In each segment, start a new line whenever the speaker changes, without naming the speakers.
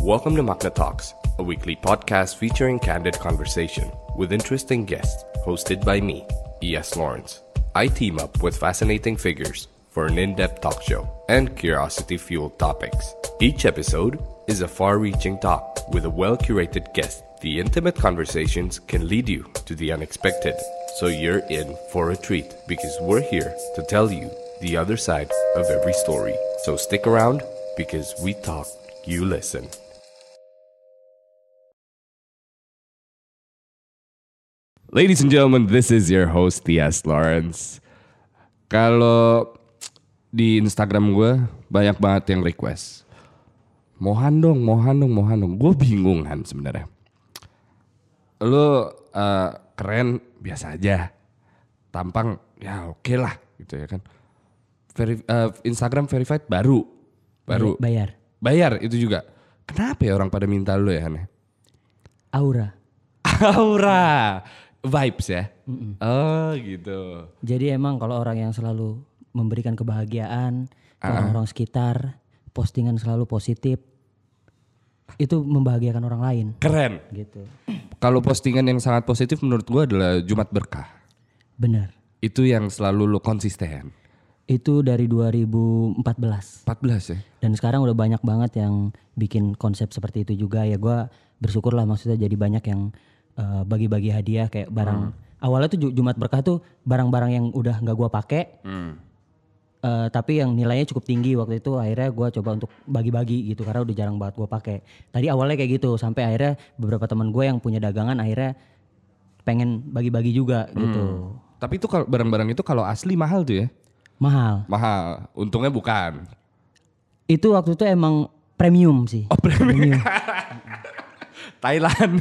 Welcome to Magna Talks, a weekly podcast featuring candid conversation with interesting guests, hosted by me, E.S. Lawrence. I team up with fascinating figures for an in depth talk show and curiosity fueled topics. Each episode is a far reaching talk with a well curated guest. The intimate conversations can lead you to the unexpected, so you're in for a treat because we're here to tell you the other side of every story. So stick around because we talk, you listen. Ladies and gentlemen, this is your host, T.S. Lawrence. Kalau di Instagram gue banyak banget yang request. Mohan dong, Mohan dong, Mohan dong. Gue bingung Han sebenarnya. Lu eh, keren biasa aja. Tampang ya oke lah gitu ya kan. Veri- eh, Instagram verified baru. Baru.
Iya, bayar
Bayar itu juga. Kenapa ya orang pada minta lu ya Han?
aura
Aura. Vibes ya? Oh gitu.
jadi emang kalau orang yang selalu memberikan kebahagiaan ke orang-orang sekitar postingan selalu positif itu membahagiakan orang lain
Keren.
gitu
Kalau postingan yang sangat positif menurut gue adalah Jumat Berkah.
benar
Itu yang selalu lo konsisten.
itu dari 2014
14 ya?
dan sekarang udah banyak banget yang bikin konsep seperti itu juga ya gua bersyukurlah maksudnya jadi banyak yang eh, bagi-bagi hadiah kayak barang awalnya tuh Ju- Jumat berkah tuh barang-barang yang udah nggak gua pakai Eh, tapi yang nilainya cukup tinggi waktu itu akhirnya gue coba untuk bagi-bagi gitu karena udah jarang banget gue pakai. Tadi awalnya kayak gitu sampai akhirnya beberapa teman gue yang punya dagangan akhirnya pengen bagi-bagi juga gitu.
Tapi itu kalau barang-barang itu kalau asli mahal tuh ya?
Mahal.
Mahal. Untungnya bukan.
Itu waktu itu emang premium sih.
Oh premium. Thailand.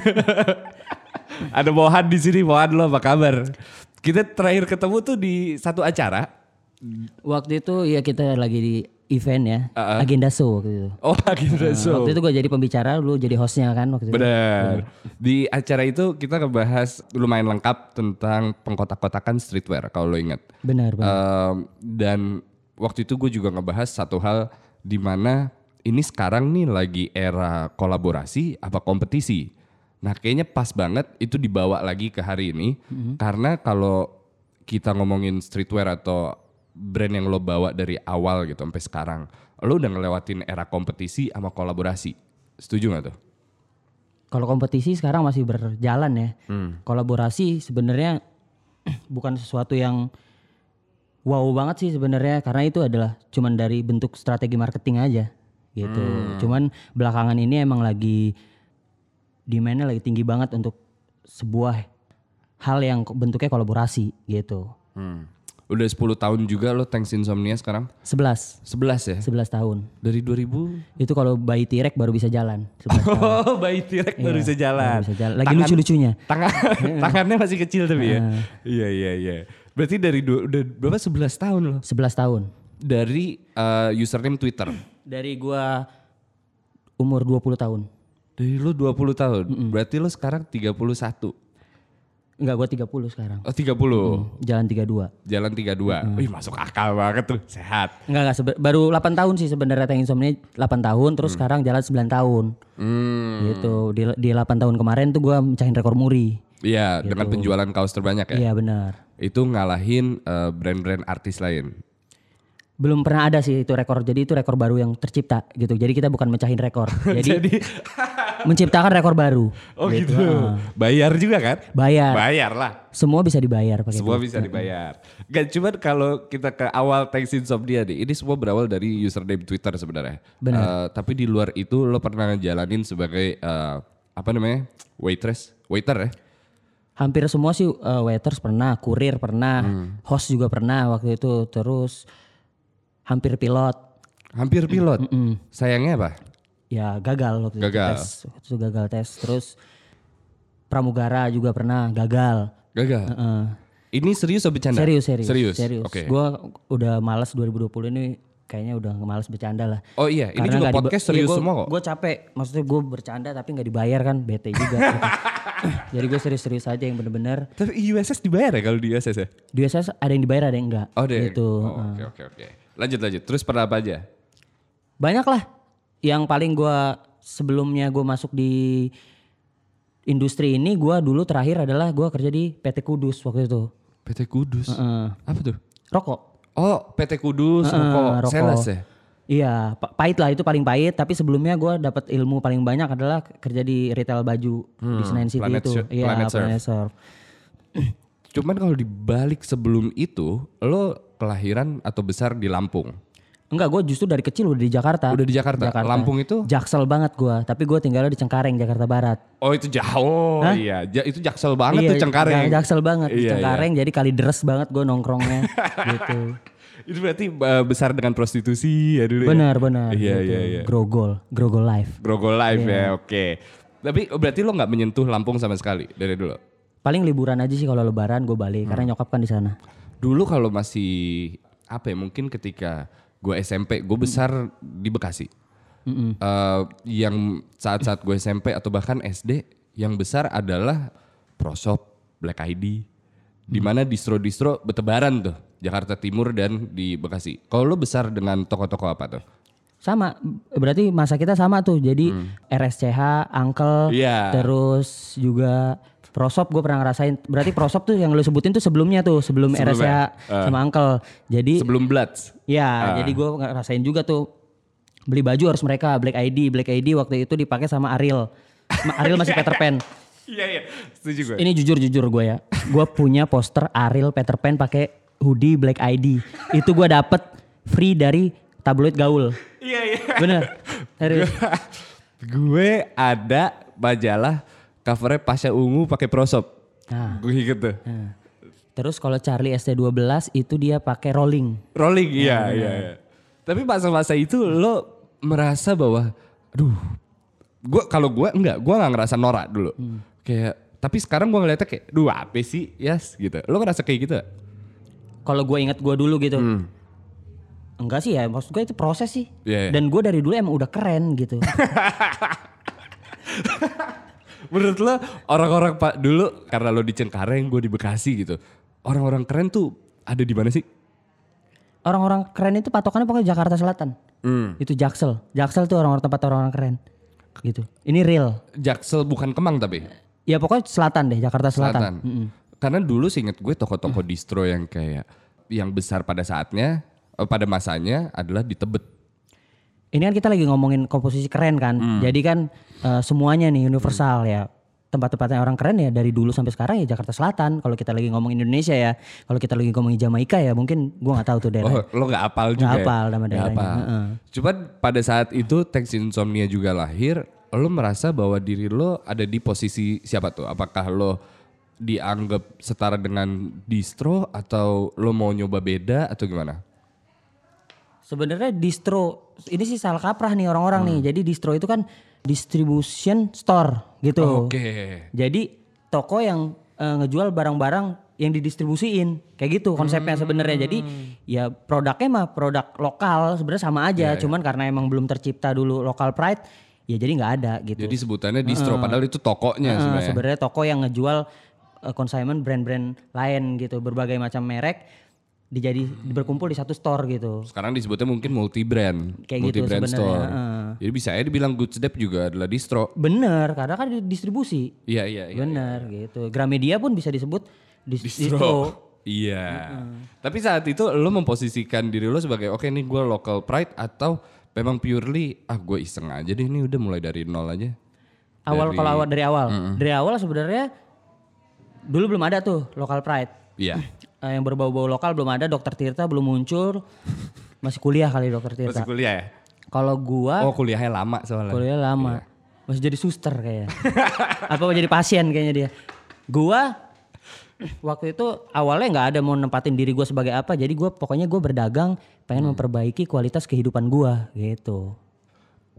Ada Mohan di sini. Mohan lo apa kabar? Kita terakhir ketemu tuh di satu acara.
Waktu itu ya kita lagi di event ya, agenda show waktu itu.
Ah, Oh lagi so.
Waktu itu gue jadi pembicara, lu jadi hostnya kan waktu itu.
Benar. Di acara itu kita ngebahas lumayan lengkap tentang pengkotak-kotakan streetwear kalau lo ingat.
Benar, benar.
Um, dan waktu itu gue juga ngebahas satu hal di mana ini sekarang nih lagi era kolaborasi apa kompetisi. Nah kayaknya pas banget itu dibawa lagi ke hari ini karena kalau kita ngomongin streetwear atau brand yang lo bawa dari awal gitu sampai sekarang, lo udah ngelewatin era kompetisi sama kolaborasi. Setuju gak tuh?
Kalau kompetisi sekarang masih berjalan ya.
Hmm.
Kolaborasi sebenarnya bukan sesuatu yang wow banget sih sebenarnya karena itu adalah cuman dari bentuk strategi marketing aja gitu.
Hmm.
Cuman belakangan ini emang lagi demandnya lagi tinggi banget untuk sebuah hal yang ko- bentuknya kolaborasi gitu.
Hmm. Udah 10 tahun juga lo Thanks Insomnia sekarang?
11
11 ya?
11 tahun.
Dari 2000?
Itu kalau bayi T-Rex baru bisa jalan. 11 tahun
Oh, bayi T-Rex baru bisa jalan.
baru bisa jalan. Lagi
Tangan-
lucu-lucunya.
Tangan, tangannya masih kecil tapi ya. Iya, iya, iya. Berarti dari dua, udah berapa 11 tahun loh.
11 tahun.
Dari eh, username Twitter.
Dari gua umur 20 tahun.
Dari lo 20 tahun. Berarti lo sekarang 31.
Enggak, gua 30 sekarang.
Oh, 30.
Jalan 32.
Jalan 32. Wih, masuk akal banget tuh. Sehat.
Enggak, enggak sebe- baru 8 tahun sih sebenarnya Tank Insomnia 8 tahun terus sekarang jalan 9 tahun.
Hmm.
Gitu. Di di 8 tahun kemarin tuh gua mecahin rekor muri.
Iya, dengan penjualan kaos terbanyak ya.
Iya benar.
Itu ngalahin eh, brand-brand artis lain.
Belum pernah ada sih itu rekor. Jadi itu rekor baru yang tercipta gitu. Jadi kita bukan mecahin rekor. Jadi
Jadi
menciptakan rekor baru.
Oh gitu. Bayar juga kan?
Bayar. Gitu.
Bayar lah.
Semua bisa dibayar pakai
Semua bisa dibayar. Gak cuman kalau kita ke awal thanks insomnia nih. Ini semua berawal dari username Twitter sebenarnya. Benar. tapi di luar itu lo pernah ngejalanin sebagai eh, apa namanya? Waitress, waiter ya?
Hampir semua sih uh, waiters pernah, kurir pernah,
Hmm.
host juga pernah waktu itu. Terus hampir pilot
Hampir
Mm,
pilot. Sayangnya apa?
ya gagal waktu
Gagal.
itu tes. Waktu itu gagal tes. Terus pramugara juga pernah gagal.
Gagal.
Heeh.
Ini serius atau bercanda?
serius serius.
Serius. Oke.
Gua udah malas 2020 ini kayaknya udah malas bercanda lah.
Oh iya, ini juga podcast serius semua kok.
Gue capek, maksudnya gue bercanda tapi nggak dibayar kan, bete juga. gitu. Jadi gue serius-serius aja yang bener-bener
Tapi USS dibayar ya kalau di USS ya?
di USS ada yang dibayar ada yang enggak
Oh deh.
gitu
Oh, Oke oke oke. Lanjut lanjut. Terus pernah apa aja?
banyak lah yang paling gua sebelumnya gue masuk di industri ini gue dulu terakhir adalah gue kerja di PT Kudus waktu itu
PT Kudus. Apa tuh?
rokok
Oh, PT Kudus rokok.
rokok.
Sales ya?
Iya, pa- pahit lah itu paling pahit. Tapi sebelumnya gua dapat ilmu paling banyak adalah kerja di retail baju
Hmm,
di Senayan City
Planet
itu.
Sur-
Iya,
Planet Surf.
Surf.
Cuman kalau dibalik sebelum itu, lo kelahiran atau besar di Lampung.
Enggak, gue justru dari kecil udah di Jakarta.
Udah di Jakarta. Lampung itu?
Jaksel banget gua, tapi gua tinggalnya di Cengkareng, Jakarta Barat.
Oh itu jauh. Iya, Ja- itu jaksel banget
Iya,
tuh Cengkareng.
Jak- Jaksel banget, di
Iya, iya.
Cengkareng. Jadi kali deres banget gua nongkrongnya gitu.
Itu berarti uh, besar dengan prostitusi ya dulu. ya?
Benar, benar.
Iya,
gitu.
iya, iya.
Grogol, Grogol Life.
Grogol live
Iya.
ya, oke. Tapi oh, berarti lo nggak menyentuh Lampung sama sekali dari dulu.
Paling liburan aja sih kalau lebaran gue balik
Hmm.
karena nyokap kan di sana.
Dulu kalau masih apa ya mungkin ketika gue SMP, gue besar di Bekasi. Eh, yang saat-saat gue SMP atau bahkan SD yang besar adalah Prosop, Black ID, di mana distro-distro bertebaran tuh Jakarta Timur dan di Bekasi. Kalau lo besar dengan toko-toko apa tuh?
Sama, berarti masa kita sama tuh. Jadi RSCH,
Hmm.
Uncle,
Iya.
terus juga Prosop gue pernah ngerasain. Berarti Prosop tuh yang lu sebutin tuh sebelumnya tuh, sebelum
Sebelumnya, Ah.
RSCH sama Uncle. Jadi
Sebelum Ah. Bloods.
ya, jadi gue ngerasain juga tuh beli baju harus mereka Black ID, Black ID waktu itu dipakai sama Ariel. Ma- Ariel masih Peter Pan.
Iya iya, setuju gue.
Ini jujur-jujur gue ya. Gue punya poster Ariel Peter Pan pakai hoodie Black ID. Itu gue dapet free dari tabloid gaul.
Iya iya.
Bener. Serius.
gue ada majalah covernya Pasha Ungu pakai prosop.
Nah.
Gue inget tuh.
Terus kalau Charlie ST12 itu dia pakai rolling.
Rolling, iya iya. iya. Tapi masa-masa itu lo merasa bahwa, aduh, gue kalau gue enggak, gue nggak ngerasa norak dulu. Kayak, tapi sekarang gue ngeliatnya kayak, duh apa sih, yes gitu. Lo ngerasa kayak gitu? nggak?
Kalau gue inget gue dulu gitu. Enggak sih ya, maksud gue itu proses sih.
Hmm. Iya, iya.
Dan gue dari dulu emang udah keren gitu.
Menurut lo orang-orang pak dulu karena lo di Cengkareng, gue di Bekasi gitu. Orang-orang keren tuh ada di mana sih?
Orang-orang keren itu patokannya pokoknya Jakarta Selatan.
Hmm.
Itu Jaksel. Jaksel tuh orang-orang tempat orang-orang keren. Gitu. Ini real.
Jaksel bukan Kemang tapi.
Ya pokoknya selatan deh, Jakarta Selatan.
Selatan. Karena dulu seinget gue toko-toko distro yang kayak yang besar pada saatnya eh, pada masanya adalah di Tebet.
Ini kan kita lagi ngomongin komposisi keren kan.
Hmm.
Jadi kan eh, semuanya nih universal ya. Tempat-tempatnya orang keren ya dari dulu sampai sekarang ya Jakarta Selatan. Kalau kita lagi ngomongin Indonesia ya. Kalau kita lagi ngomongin Jamaika ya mungkin gua nggak tahu tuh daerah.
Oh, lo nggak apal juga. ya?
apal nama
Nggak
daerahnya,
apal. Cuman pada saat itu teks insomnia juga lahir, lo merasa bahwa diri lo ada di posisi siapa tuh? Apakah lo dianggap setara dengan distro atau lo mau nyoba beda atau gimana?
Sebenarnya distro ini sih salah kaprah nih orang-orang
Hmm.
nih. Jadi distro itu kan distribution store gitu.
Oke.
Jadi toko yang eh, ngejual barang-barang yang didistribusiin kayak gitu konsepnya sebenarnya. Jadi ya produknya mah produk lokal sebenarnya sama aja, cuman karena emang belum tercipta dulu lokal pride, ya jadi nggak ada gitu.
Jadi sebutannya distro padahal itu tokonya
Eh,
sebenarnya.
sebenarnya toko yang ngejual eh, consignment brand-brand lain gitu, berbagai macam merek dijadi berkumpul di satu store gitu.
sekarang disebutnya mungkin multi brand,
Kayak gitu
multi brand
sebenarnya,
store. Jadi bisa aja dibilang Good Step juga adalah distro.
Bener, karena kan di- distribusi.
Iya iya iya.
Bener gitu. Gramedia pun bisa disebut dis- distro.
Iya. Tapi saat itu lo memposisikan diri lo sebagai oke nih gue local pride atau memang purely ah gue iseng aja deh ini udah mulai dari nol aja.
awal kalau awal dari awal dari awal sebenarnya dulu belum ada tuh local pride
Iya.
Eh, yang berbau-bau lokal belum ada dokter Tirta belum muncul masih kuliah kali dokter
Masih
Tirta
kuliah ya?
kalau gua
Oh kuliahnya lama soalnya.
kuliah lama masih jadi suster kayaknya apa mau jadi pasien kayaknya dia gua waktu itu awalnya nggak ada mau nempatin diri gua sebagai apa jadi gua pokoknya gua berdagang pengen memperbaiki kualitas kehidupan gua gitu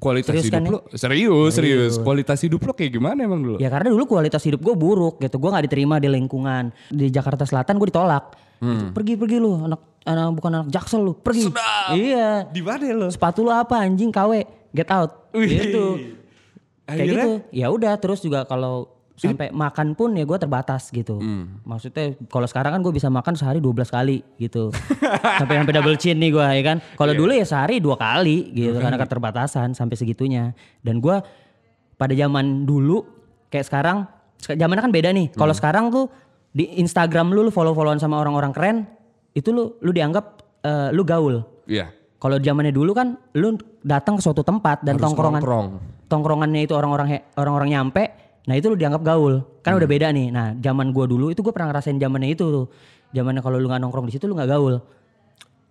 Kualitas
Serius
hidup
kan, ya?
lo serius, serius Kualitas hidup lo kayak gimana emang dulu?
Ya karena dulu kualitas hidup gue buruk gitu. Gue nggak diterima di lingkungan di Jakarta Selatan gue ditolak. Gitu, Pergi pergi lu anak anak bukan anak jaksel lu pergi. Iya.
Di mana lo?
Sepatu lu apa anjing KW get out.
Wih.
Gitu. Kayak
Akhirnya?
gitu. Ya udah terus juga kalau sampai makan pun ya gue terbatas gitu. Maksudnya kalau sekarang kan gue bisa makan sehari 12 kali gitu. sampai sampai double chin nih gue ya kan. Kalau dulu ya sehari dua kali gitu karena keterbatasan sampai segitunya. Dan gue pada zaman dulu kayak sekarang sek- zamannya kan beda nih. Kalau sekarang tuh di Instagram lu, lu follow-followan sama orang-orang keren itu lu lu dianggap eh, lu gaul.
Iya.
Kalau zamannya dulu kan lu datang ke suatu tempat dan
Harus
tongkrongan
nongkrong.
tongkrongannya itu orang-orang he- orang-orang nyampe, nah itu lu dianggap gaul. Kan
Hmm.
udah beda nih. Nah, zaman gua dulu itu gua pernah ngerasain zamannya itu tuh. Zamannya kalau lu nggak nongkrong di situ lu nggak gaul.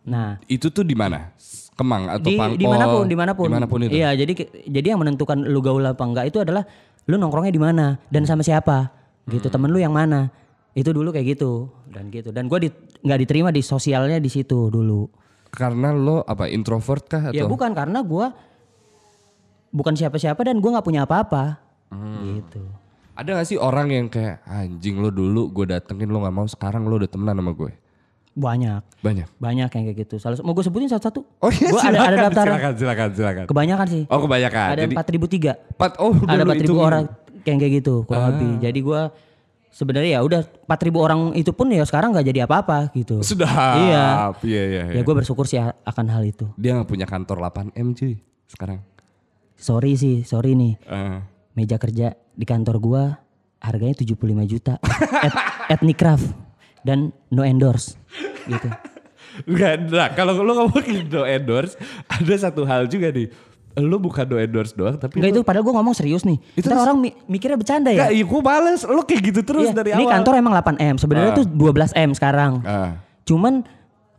Nah,
Itu tuh di mana? Kemang atau Oh,
di
Pangpol?
dimanapun dimanapun
Dimanapun itu.
iya jadi jadi yang menentukan lu gaul apa enggak itu adalah lu nongkrongnya di mana dan sama siapa gitu
Hmm.
temen lu yang mana itu dulu kayak gitu dan gitu dan gua di- nggak diterima di sosialnya di situ dulu
Karena lo apa introvert kah
ya
atau?
bukan karena gua bukan siapa-siapa dan gua nggak punya apa-apa
Hmm.
gitu
Ada gak sih orang yang kayak anjing lo dulu gue datengin lo gak mau sekarang lo udah temenan sama gue?
banyak
Banyak.
banyak yang kayak gitu salah mau gue sebutin satu-satu
Oh iya
Gua ada
silakan,
ada daftar
silakan, silakan, silakan.
kebanyakan sih
Oh kebanyakan.
ada
Jadi,
empat ribu tiga
empat, oh udah
ada
lu
4000
hitungin.
orang kayak kayak gitu kurang
Ah.
lebih. Jadi gua sebenarnya ya udah 4000 orang itu pun ya sekarang nggak jadi apa-apa gitu.
Sudah.
Iya.
Iya, iya,
Ya
iya.
gua bersyukur sih a- akan hal itu.
Dia gak punya kantor 8M cuy sekarang.
Sorry sih, sorry nih.
Eh.
Meja kerja di kantor gua harganya 75 juta. Et, Ethnicraft dan no endorse gitu.
Enggak, nah, kalau lo ngomongin do endorse, ada satu hal juga nih. Lo bukan do endorse doang, tapi
Enggak itu padahal gua ngomong serius nih. Ntar orang mi- mikirnya bercanda ya.
Enggak, iya gue males. Lo kayak gitu terus
Iya,
dari
ini
awal.
kantor emang 8M, sebenarnya tuh 12M sekarang.
Ah.
Cuman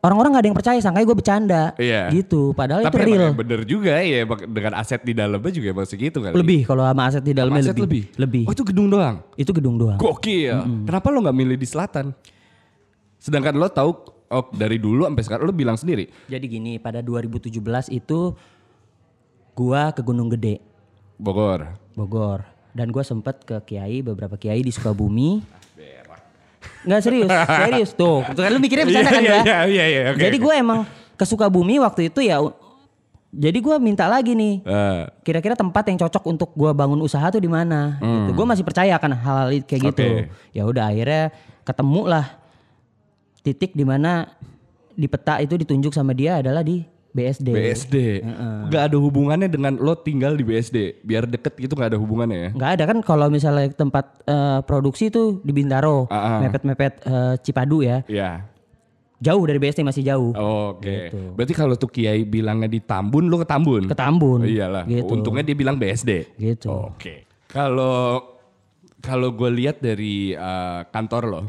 orang-orang nggak ada yang percaya, sangkanya gue bercanda.
Iya.
Gitu, padahal
Tapi
itu
emang
real.
ya bener juga ya emang dengan aset di dalamnya juga emang segitu kan.
Lebih kalau sama aset di dalamnya
aset lebih.
lebih.
Oh itu gedung doang.
Itu gedung doang.
Gokil. Kenapa lo nggak milih di selatan? Sedangkan lo tahu oh, dari dulu sampai sekarang lo bilang sendiri.
Jadi gini, pada 2017 itu gua ke Gunung Gede,
Bogor.
Bogor. Dan gua sempet ke kiai, beberapa kiai
Ah,
di Sukabumi. Nggak serius, serius tuh. Tuh kan lu mikirnya bercanda kan
Iya,
ya?
Iya iya iya. oke,
Jadi
oke.
gua emang ke Sukabumi waktu itu ya. u- Jadi gua minta lagi nih.
Eh,
kira-kira tempat yang cocok untuk gua bangun usaha tuh di mana gitu. Gua masih percaya akan hal-hal kayak gitu.
Hmm. Oke.
Ya udah akhirnya ketemu lah titik di mana di peta itu ditunjuk sama dia adalah di BSD.
BSD. Nggak ada hubungannya dengan lo tinggal di BSD. Biar deket gitu nggak ada hubungannya ya.
Nggak ada kan kalau misalnya tempat eh, produksi itu di Bintaro,
Ah, ah.
mepet-mepet eh, Cipadu ya.
Iya.
Jauh dari BSD masih jauh.
Oke. Berarti kalau tuh Kiai bilangnya di Tambun, lo ke Tambun. Oh,
Gitu. Ke Tambun.
Iyalah. Oh.
Gitu.
Untungnya dia bilang BSD.
Gitu.
Oke. Kalau kalau gue lihat dari eh, kantor lo,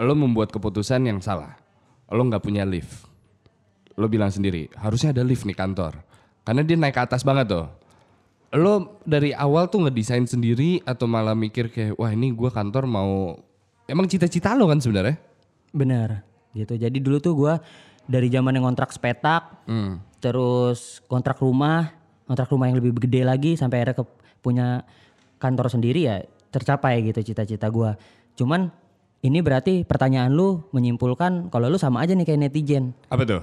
lo membuat keputusan yang salah. Lo nggak punya lift. Lo bilang sendiri, harusnya ada lift nih kantor. Karena dia naik ke atas banget tuh. Lo dari awal tuh ngedesain sendiri atau malah mikir kayak, wah ini gue kantor mau. Emang cita-cita lo kan sebenarnya?
Bener gitu. Jadi dulu tuh gua dari zaman yang kontrak sepetak, terus kontrak rumah, kontrak rumah yang lebih gede lagi sampai akhirnya ke, punya kantor sendiri ya tercapai gitu cita-cita gua Cuman ini berarti pertanyaan lu menyimpulkan kalau lu sama aja nih kayak netizen.
Apa tuh?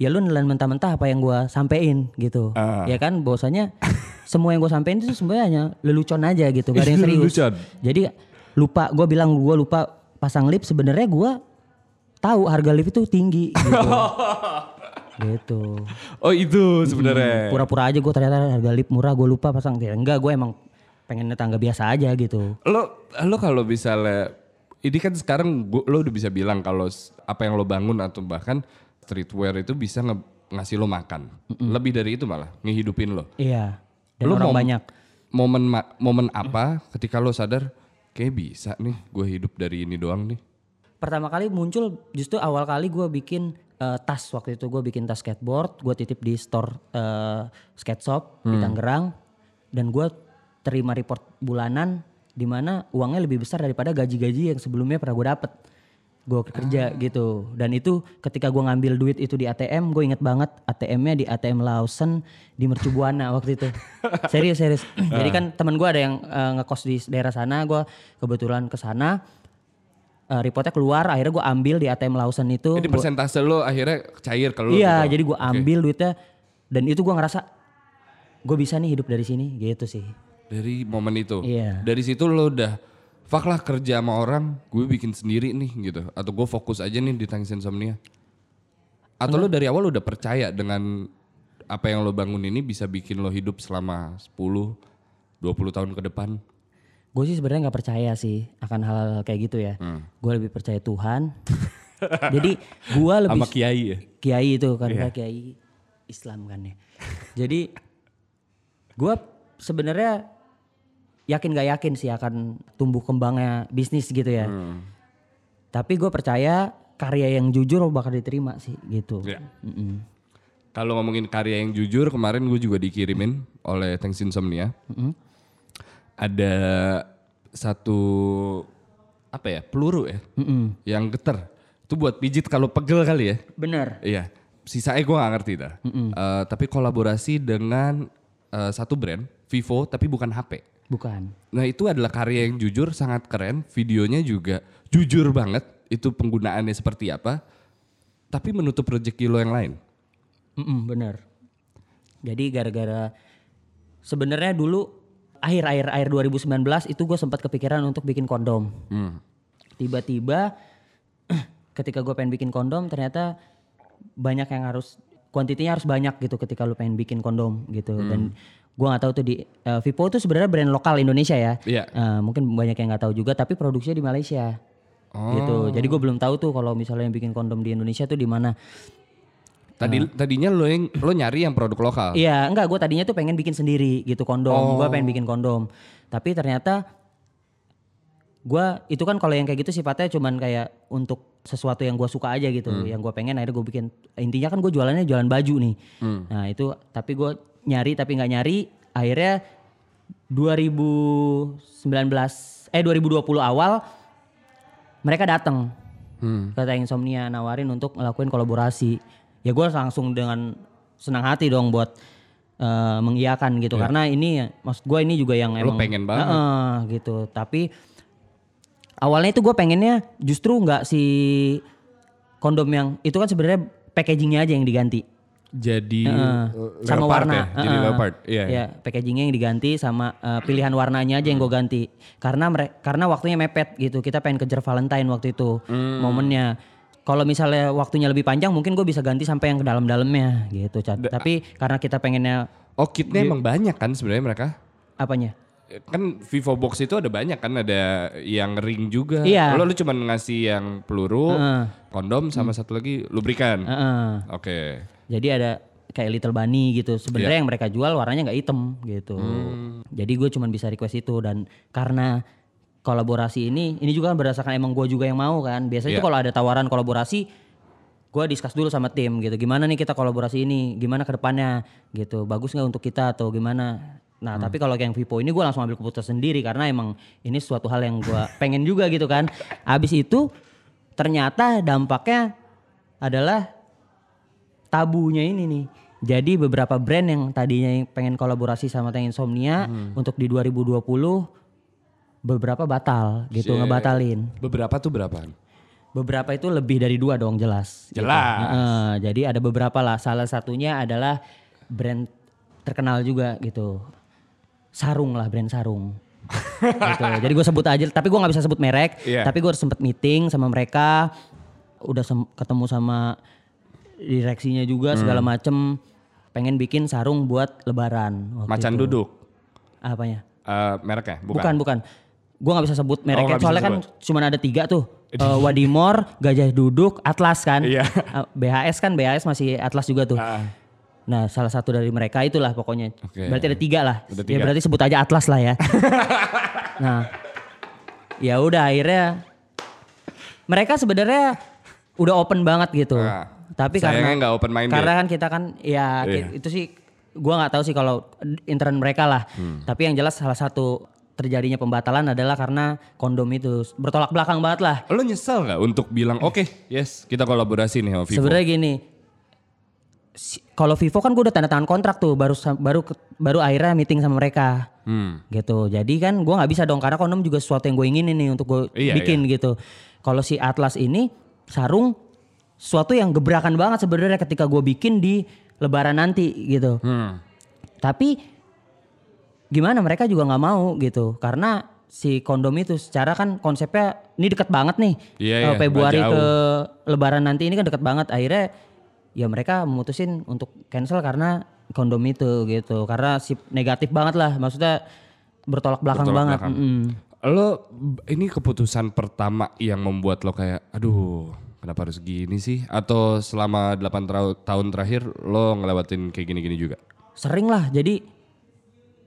Ya lu nelan mentah-mentah apa yang gua sampein gitu.
Ah.
Ya kan bahwasanya semua yang gua sampein itu sebenarnya hanya lelucon aja gitu, gak ada yang serius.
Lelucon.
Jadi lupa gue bilang gue lupa pasang lip sebenarnya gue tahu harga lip itu tinggi gitu. gitu.
Oh itu sebenarnya.
Pura-pura aja gue ternyata harga lip murah gue lupa pasang Ya, enggak gue emang pengen tangga biasa aja gitu.
lo lo kalau misalnya ini kan sekarang gua, lo udah bisa bilang kalau s- apa yang lo bangun atau bahkan streetwear itu bisa nge- ngasih lo makan lebih dari itu malah ngehidupin lo
Iya. Dan
Lu
orang
mau-
banyak.
momen ma- momen apa ketika lo sadar kayak bisa nih gue hidup dari ini doang nih
Pertama kali muncul justru awal kali gue bikin eh, tas waktu itu gue bikin tas skateboard, gue titip di store eh, skate shop di Tangerang dan gue terima report bulanan di mana uangnya lebih besar daripada gaji-gaji yang sebelumnya pernah gue dapet gue kerja gitu dan itu ketika gue ngambil duit itu di ATM gue inget banget ATM-nya di ATM Lawson di Mercubuana waktu itu serius serius jadi kan teman gue ada yang eh, ngekos di daerah sana gue kebetulan ke sana eh, reportnya keluar akhirnya gue ambil di ATM Lawson itu
jadi
Gua-
persentase lo akhirnya cair kalau
Iya, jadi gue ambil duitnya dan itu gue ngerasa gue bisa nih hidup dari sini gitu sih.
dari momen itu.
Iya.
Dari situ lo udah fuck lah kerja sama orang, gue bikin sendiri nih gitu. Atau gue fokus aja nih di Tangis Insomnia. Atau lo dari awal udah percaya dengan apa yang lo bangun ini bisa bikin lo hidup selama 10 20 tahun ke depan.
Gue sih sebenarnya nggak percaya sih akan hal, -hal kayak gitu ya. Gue lebih percaya Tuhan. Jadi gue lebih
Sama Kiai ya.
kiai itu kan gua kiai Islam kan ya. Jadi gua sebenarnya yakin gak yakin sih akan tumbuh kembangnya bisnis gitu ya. Tapi gue percaya karya yang jujur bakal diterima sih gitu.
Ya. Kalau ngomongin karya yang jujur, kemarin gue juga dikirimin oleh Thanks Insomnia. Ada satu apa ya peluru ya, yang getar. Itu buat pijit kalau pegel kali ya.
Bener.
Iya. Sisanya gue gak ngerti dah. Eh, tapi kolaborasi dengan eh, satu brand Vivo, tapi bukan HP.
Bukan.
Nah itu adalah karya yang jujur, sangat keren. Videonya juga jujur banget. Itu penggunaannya seperti apa. Tapi menutup rezeki lo yang lain.
Mm-mm, bener. Jadi gara-gara sebenarnya dulu akhir-akhir akhir 2019 itu gue sempat kepikiran untuk bikin kondom. Tiba-tiba ketika gue pengen bikin kondom ternyata banyak yang harus kuantitinya harus banyak gitu ketika lu pengen bikin kondom gitu dan gue nggak tahu tuh di eh, Vipo itu sebenarnya brand lokal Indonesia ya.
Iya.
Eh, mungkin banyak yang nggak tahu juga tapi produksinya di Malaysia. Gitu. Jadi gue belum tahu tuh kalau misalnya yang bikin kondom di Indonesia tuh di mana.
Tadi tadinya lo yang lo nyari yang produk lokal.
Iya, enggak gue tadinya tuh pengen bikin sendiri gitu kondom. Gue pengen bikin kondom. Tapi ternyata gua itu kan kalau yang kayak gitu sifatnya cuman kayak untuk sesuatu yang gua suka aja gitu, yang gua pengen akhirnya gue bikin. Intinya kan gue jualannya jualan baju nih. Nah, itu tapi gue nyari tapi nggak nyari akhirnya 2019 eh 2020 awal mereka datang
Hmm.
kata insomnia nawarin untuk ngelakuin kolaborasi ya gue langsung dengan senang hati dong buat eh, mengiyakan gitu karena ini maksud gue ini juga yang
Lo
emang
Ya. pengen banget.
Heeh, gitu tapi awalnya itu gue pengennya justru nggak si kondom yang itu kan sebenarnya packagingnya aja yang diganti
Jadi
Heeh. sama
leopard
warna
ya, Jadi
heeh.
leopard. Iya.
Iya, packagingnya yang diganti sama eh, pilihan warnanya aja yang gue ganti karena mere- karena waktunya mepet gitu kita pengen kejar Valentine waktu itu
Hmm.
momennya kalau misalnya waktunya lebih panjang mungkin gue bisa ganti sampai yang ke dalam-dalamnya gitu Cat. tapi karena kita pengennya
Oh kitnya emang banyak kan sebenarnya mereka.
apanya
Kan Vivo Box itu ada banyak kan ada yang ring juga.
Iya.
Lo lo cuma ngasih yang peluru, kondom sama satu lagi lubrikan.
Hmm. Heeh.
Oke.
Jadi ada kayak Little Bunny gitu. Sebenarnya yang mereka jual warnanya nggak hitam gitu. Jadi gue cuman bisa request itu dan karena kolaborasi ini, ini juga kan berdasarkan emang gue juga yang mau kan. Biasanya tuh
Iya.
kalau ada tawaran kolaborasi, gue diskus dulu sama tim gitu. Gimana nih kita kolaborasi ini? Gimana ke depannya gitu? Bagus nggak untuk kita atau gimana? Nah tapi kalau yang Vipo ini gue langsung ambil keputusan sendiri karena emang ini suatu hal yang gue pengen juga gitu kan. Abis itu ternyata dampaknya adalah tabunya ini nih. Jadi beberapa brand yang tadinya yang pengen kolaborasi sama Tank Insomnia untuk di 2020 beberapa batal gitu ngebatalin.
Beberapa tuh berapaan?
Beberapa itu lebih dari dua dong jelas. gitu.
Jelas.
Heeh, jadi ada beberapa lah. Salah satunya adalah brand terkenal juga gitu. Sarung lah brand sarung. gitu. Jadi gue sebut aja, tapi gue nggak bisa sebut merek.
Iya.
Tapi gue sempet meeting sama mereka, udah sem- ketemu sama direksinya juga segala
Hmm.
macem. Pengen bikin sarung buat Lebaran. waktu
Macan
itu.
duduk.
Apanya?
Eh, mereknya bukan.
Gitu.
Oh,
Bukan, bukan. Gue nggak bisa sebut mereknya.
nggak bisa
Soalnya kan cuma ada tiga tuh. Eh, Wadimor, Gajah Duduk, Atlas kan.
Iya.
Eh, BHS kan, BHS masih Atlas juga tuh.
Ah.
Nah salah satu dari mereka itulah pokoknya.
Oke.
Berarti ada tiga lah.
Ada
Ya
tiga.
berarti sebut aja Atlas lah ya. nah ya udah akhirnya mereka sebenarnya udah open banget gitu.
Ah.
Tapi
Sayangnya
karena
nggak open-minded.
Karena kan kita kan
Iya.
ya ki- itu sih gua nggak tahu sih kalau intern mereka lah.
Hmm.
Tapi yang jelas salah satu terjadinya pembatalan adalah karena kondom itu bertolak belakang banget lah.
Lo nyesel nggak untuk bilang oke yes kita kolaborasi nih sama Vivo?
Sebenarnya gini, si- kalau Vivo kan gue udah tanda tangan kontrak tuh baru sam- baru ke- baru akhirnya meeting sama mereka.
Hmm.
Gitu. Jadi kan gue nggak bisa dong karena kondom juga sesuatu yang gue inginin nih untuk gue
Iya,
bikin gitu. Kalau si Atlas ini sarung sesuatu yang gebrakan banget sebenarnya
Hmm.
ketika gue bikin di lebaran nanti gitu. Tapi gimana mereka juga nggak mau gitu karena si kondom itu secara kan konsepnya ini deket banget nih
Iya,
Eh,
iya, nggak
Februari
jauh.
ke Lebaran nanti ini kan deket banget akhirnya ya mereka memutusin untuk cancel karena kondom itu gitu karena si negatif banget lah maksudnya bertolak belakang
Bertolak
banget
belakang.
Mm-mm.
Lo b- ini keputusan pertama yang membuat lo kayak aduh kenapa harus gini sih? Atau selama 8 tra- tahun terakhir lo ngelewatin kayak gini-gini juga?
sering lah jadi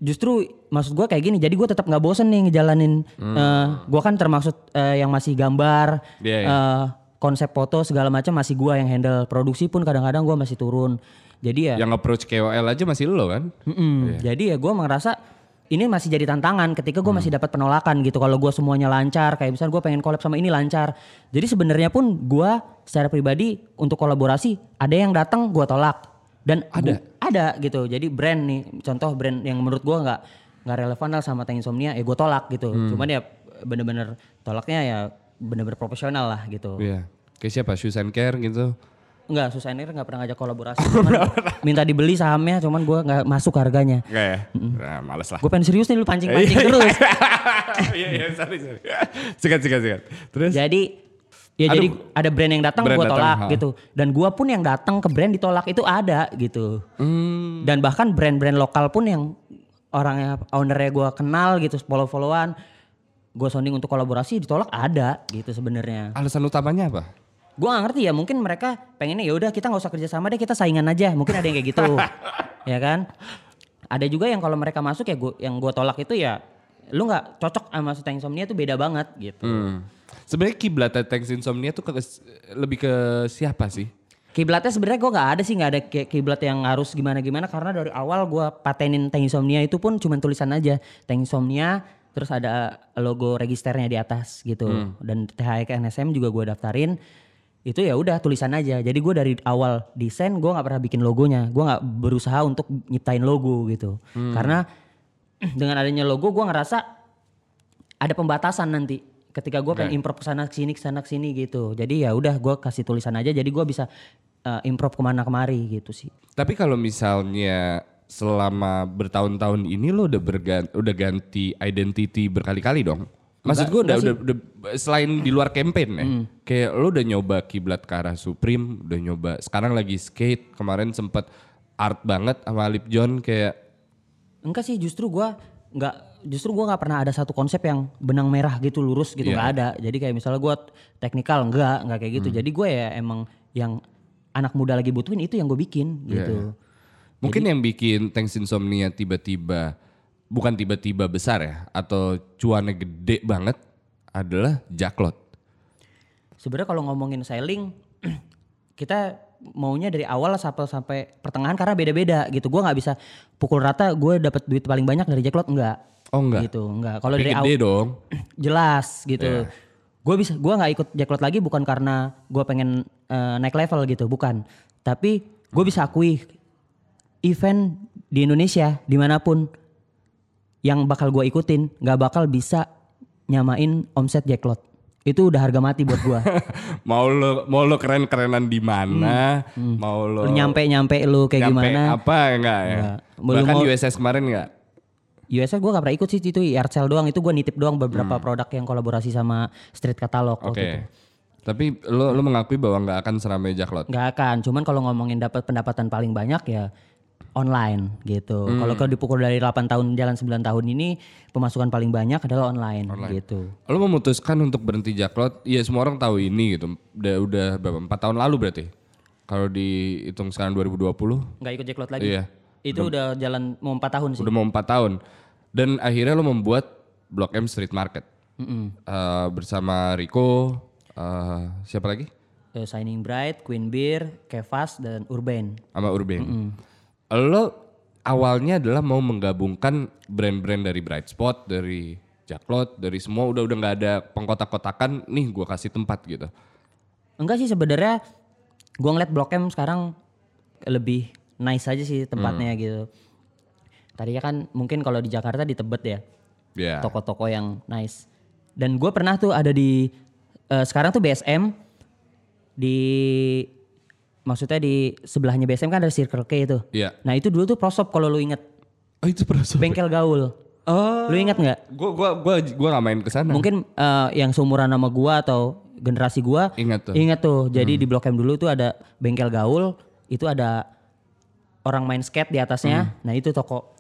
justru maksud gua kayak gini jadi gua tetap nggak bosen nih ngejalanin
Hmm.
eh, gua kan termasuk eh, yang masih gambar
Iya, iya.
eh, konsep foto segala macam masih gua yang handle produksi pun kadang-kadang gua masih turun jadi ya
Yang approach KOL aja masih lo kan?
Mm-mm. Jadi ya gue merasa ini masih jadi tantangan ketika gue masih dapat penolakan gitu. Kalau gue semuanya lancar, kayak misalnya gue pengen collab sama ini lancar. Jadi sebenarnya pun gue secara pribadi untuk kolaborasi ada yang datang gue tolak dan ada ada gitu. Jadi brand nih contoh brand yang menurut gue nggak nggak relevan lah sama Tank Insomnia ya gue tolak gitu. Cuman ya bener-bener tolaknya ya bener-bener profesional lah gitu.
Iya. Kayak siapa? Shoes and Care gitu.
Enggak, Susan Air nggak pernah ngajak kolaborasi. Cuman minta dibeli sahamnya, cuman gue nggak masuk harganya.
Enggak ya? Nah, males lah.
Gue pengen serius nih lu pancing-pancing terus.
Iya, iya, sorry, sorry. Sikat, sikat, sikat. Terus?
Jadi
Aduh.
ya jadi ada brand yang datang
Brand
gua
datang,
tolak
ha.
gitu. Dan gua pun yang datang ke brand ditolak itu ada gitu.
Hmm,
Dan bahkan brand-brand lokal pun yang orangnya ownernya gua kenal gitu, follow-followan gua sounding untuk kolaborasi ditolak ada gitu sebenarnya.
alasan utamanya apa?
Gua nggak ngerti ya, mungkin mereka pengennya ya udah kita nggak usah kerja sama deh, kita saingan aja. Mungkin ada yang kayak gitu. ya kan? Ada juga yang kalau mereka masuk ya gua yang gua tolak itu ya lu nggak cocok sama Sutang Insomnia itu beda banget gitu.
Hmm. Sebenarnya kiblat Tanks Insomnia tuh ke- lebih ke siapa sih?
Kiblatnya sebenarnya gue nggak ada sih nggak ada ki- kiblat yang harus gimana gimana karena dari awal gue patenin Tank Insomnia itu pun cuma tulisan aja Tank Insomnia terus ada logo registernya di atas gitu dan THE NSM juga gue daftarin itu ya udah tulisan aja jadi gue dari awal desain gue nggak pernah bikin logonya gue nggak berusaha untuk nyiptain logo gitu karena dengan adanya logo gue ngerasa ada pembatasan nanti ketika gue pengen improv kesana kesini kesana kesini gitu jadi ya udah gue kasih tulisan aja jadi gue bisa eh, improv kemana kemari gitu sih
Tapi kalau misalnya selama bertahun-tahun ini lo udah bergan- udah ganti identity berkali-kali dong. Maksud gue udah, udah, udah- selain di luar campaign ya. Kayak lo udah nyoba kiblat ke arah Supreme, udah nyoba sekarang lagi skate, kemarin sempet art banget sama Alip John kayak
enggak sih justru gue nggak justru gue nggak pernah ada satu konsep yang benang merah gitu lurus gitu nggak ada jadi kayak misalnya gue teknikal enggak enggak kayak gitu jadi gue ya emang yang anak muda lagi butuhin itu yang gue bikin gitu
Mungkin yang bikin Tanks Insomnia tiba-tiba bukan tiba-tiba besar ya atau cuannya gede banget adalah Jaklot.
sebenarnya kalau ngomongin selling kita maunya dari awal sampai sampai pertengahan karena beda-beda gitu. Gua nggak bisa pukul rata gue dapat duit paling banyak dari jackpot enggak.
Oh enggak.
Gitu, enggak. Kalau
Tapi
dari
gede Iya.
awal
dong.
jelas gitu. Gue bisa gua nggak ikut jackpot lagi bukan karena gue pengen eh, naik level gitu, bukan. Tapi gue bisa akui event di Indonesia dimanapun yang bakal gue ikutin nggak bakal bisa nyamain omset jackpot. Itu udah harga mati buat gue.
mau lo mau lo keren-kerenan di mana? Mau lo
nyampe nyampe lu Hmm, kayak
nyampe
gimana
apa enggak ya?
Enggak. Belum
Bahkan
mau-
USS kemarin enggak?
USA gue gak pernah ikut sih itu E Arcel doang itu gue nitip doang beberapa produk yang kolaborasi sama Street Catalog
Hmm. Oke.
waktu itu
Tapi lo lo mengakui bahwa nggak akan seramai Jaklot.
nggak akan cuman kalau ngomongin dapat pendapatan paling banyak ya online gitu
Hmm.
kalau kalau dipukul dari 8 tahun jalan 9 tahun ini pemasukan paling banyak adalah online, gitu
Lo memutuskan untuk berhenti jaklot, ya semua orang tahu ini gitu. Udah, udah berapa? 4 tahun lalu berarti? Kalau dihitung sekarang 2020,
nggak ikut jackpot lagi
iya.
itu udah jalan mau 4 tahun sih
Udah mau 4 tahun. Dan akhirnya lo membuat Blok M Street Market. Eh, bersama Rico, eh, siapa lagi?
Eh, Shining Bright, Queen Beer, Kevas dan Urban
Sama Urban. Lo awalnya adalah mau menggabungkan brand-brand dari Bright Spot, dari Jaklot, dari semua udah udah nggak ada pengkotak-kotakan, nih gua kasih tempat gitu.
Enggak sih sebenarnya gua ngeliat Blok M sekarang lebih nice aja sih tempatnya gitu. Tadinya kan mungkin kalau di Jakarta di Tebet ya
Ya.
toko-toko yang nice. Dan gue pernah tuh ada di eh, sekarang tuh BSM di maksudnya di sebelahnya BSM kan ada Circle K itu.
Iya.
Nah itu dulu tuh prosop kalau lu inget
Oh itu pernah sobek.
Bengkel gaul.
Oh.
Lu ingat nggak?
Gua gua gua gua gak main ke sana.
Mungkin eh, yang seumuran sama gua atau generasi gua
Ingat tuh.
Ingat tuh. Jadi di Blok M dulu tuh ada bengkel gaul, itu ada orang main skate di atasnya. Nah, itu toko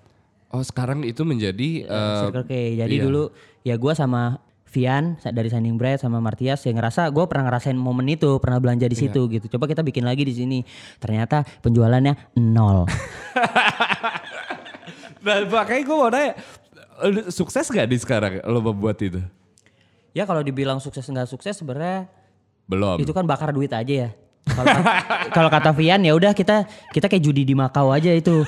Oh sekarang itu menjadi eh,
Circle K. Jadi dulu ya gua sama Vian sa- dari Shining Bright sama Martias yang ngerasa gua pernah ngerasain momen itu, pernah belanja di situ gitu. Coba kita bikin lagi di sini. Ternyata penjualannya nol.
Nah, makanya gue mau nanya, lu sukses gak di sekarang lo membuat itu?
ya kalau dibilang sukses nggak sukses sebenarnya
Belum.
itu kan bakar duit aja ya. Kalau kata- Kalau kata Vian ya udah kita kita kayak judi di Makau aja itu.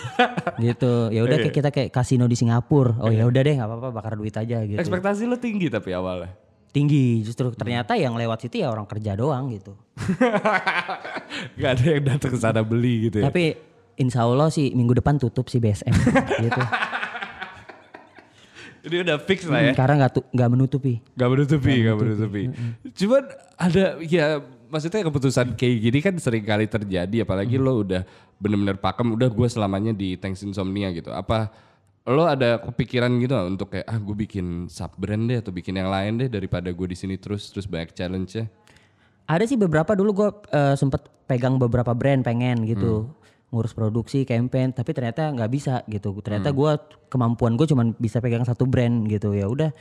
gitu. Ya udah kayak kita kayak kasino di Singapura. Oh ya udah deh nggak apa-apa bakar duit aja gitu.
Ekspektasi lo tinggi tapi awalnya.
Tinggi justru ternyata yang lewat situ ya orang kerja doang gitu.
gak ada yang datang ke sana beli gitu ya.
Tapi insya Allah sih minggu depan tutup sih BSM gitu.
Ini udah fix lah ya.
Hmm, Karena nggak tu- nggak menutupi.
Gak menutupi, gak menutupi. Cuman ada ya maksudnya keputusan kayak gini kan sering kali terjadi apalagi lo udah bener-bener pakem udah gue selamanya di Thanks Insomnia gitu. Apa lo ada kepikiran gitu nggak untuk kayak ah gue bikin sub brand deh atau bikin yang lain deh daripada gue di sini terus terus banyak challenge-nya.
Ada sih beberapa dulu gue sempet pegang beberapa brand pengen gitu ngurus produksi, campaign, tapi ternyata nggak bisa gitu. Ternyata gua kemampuan gue cuman bisa pegang satu brand gitu ya udah.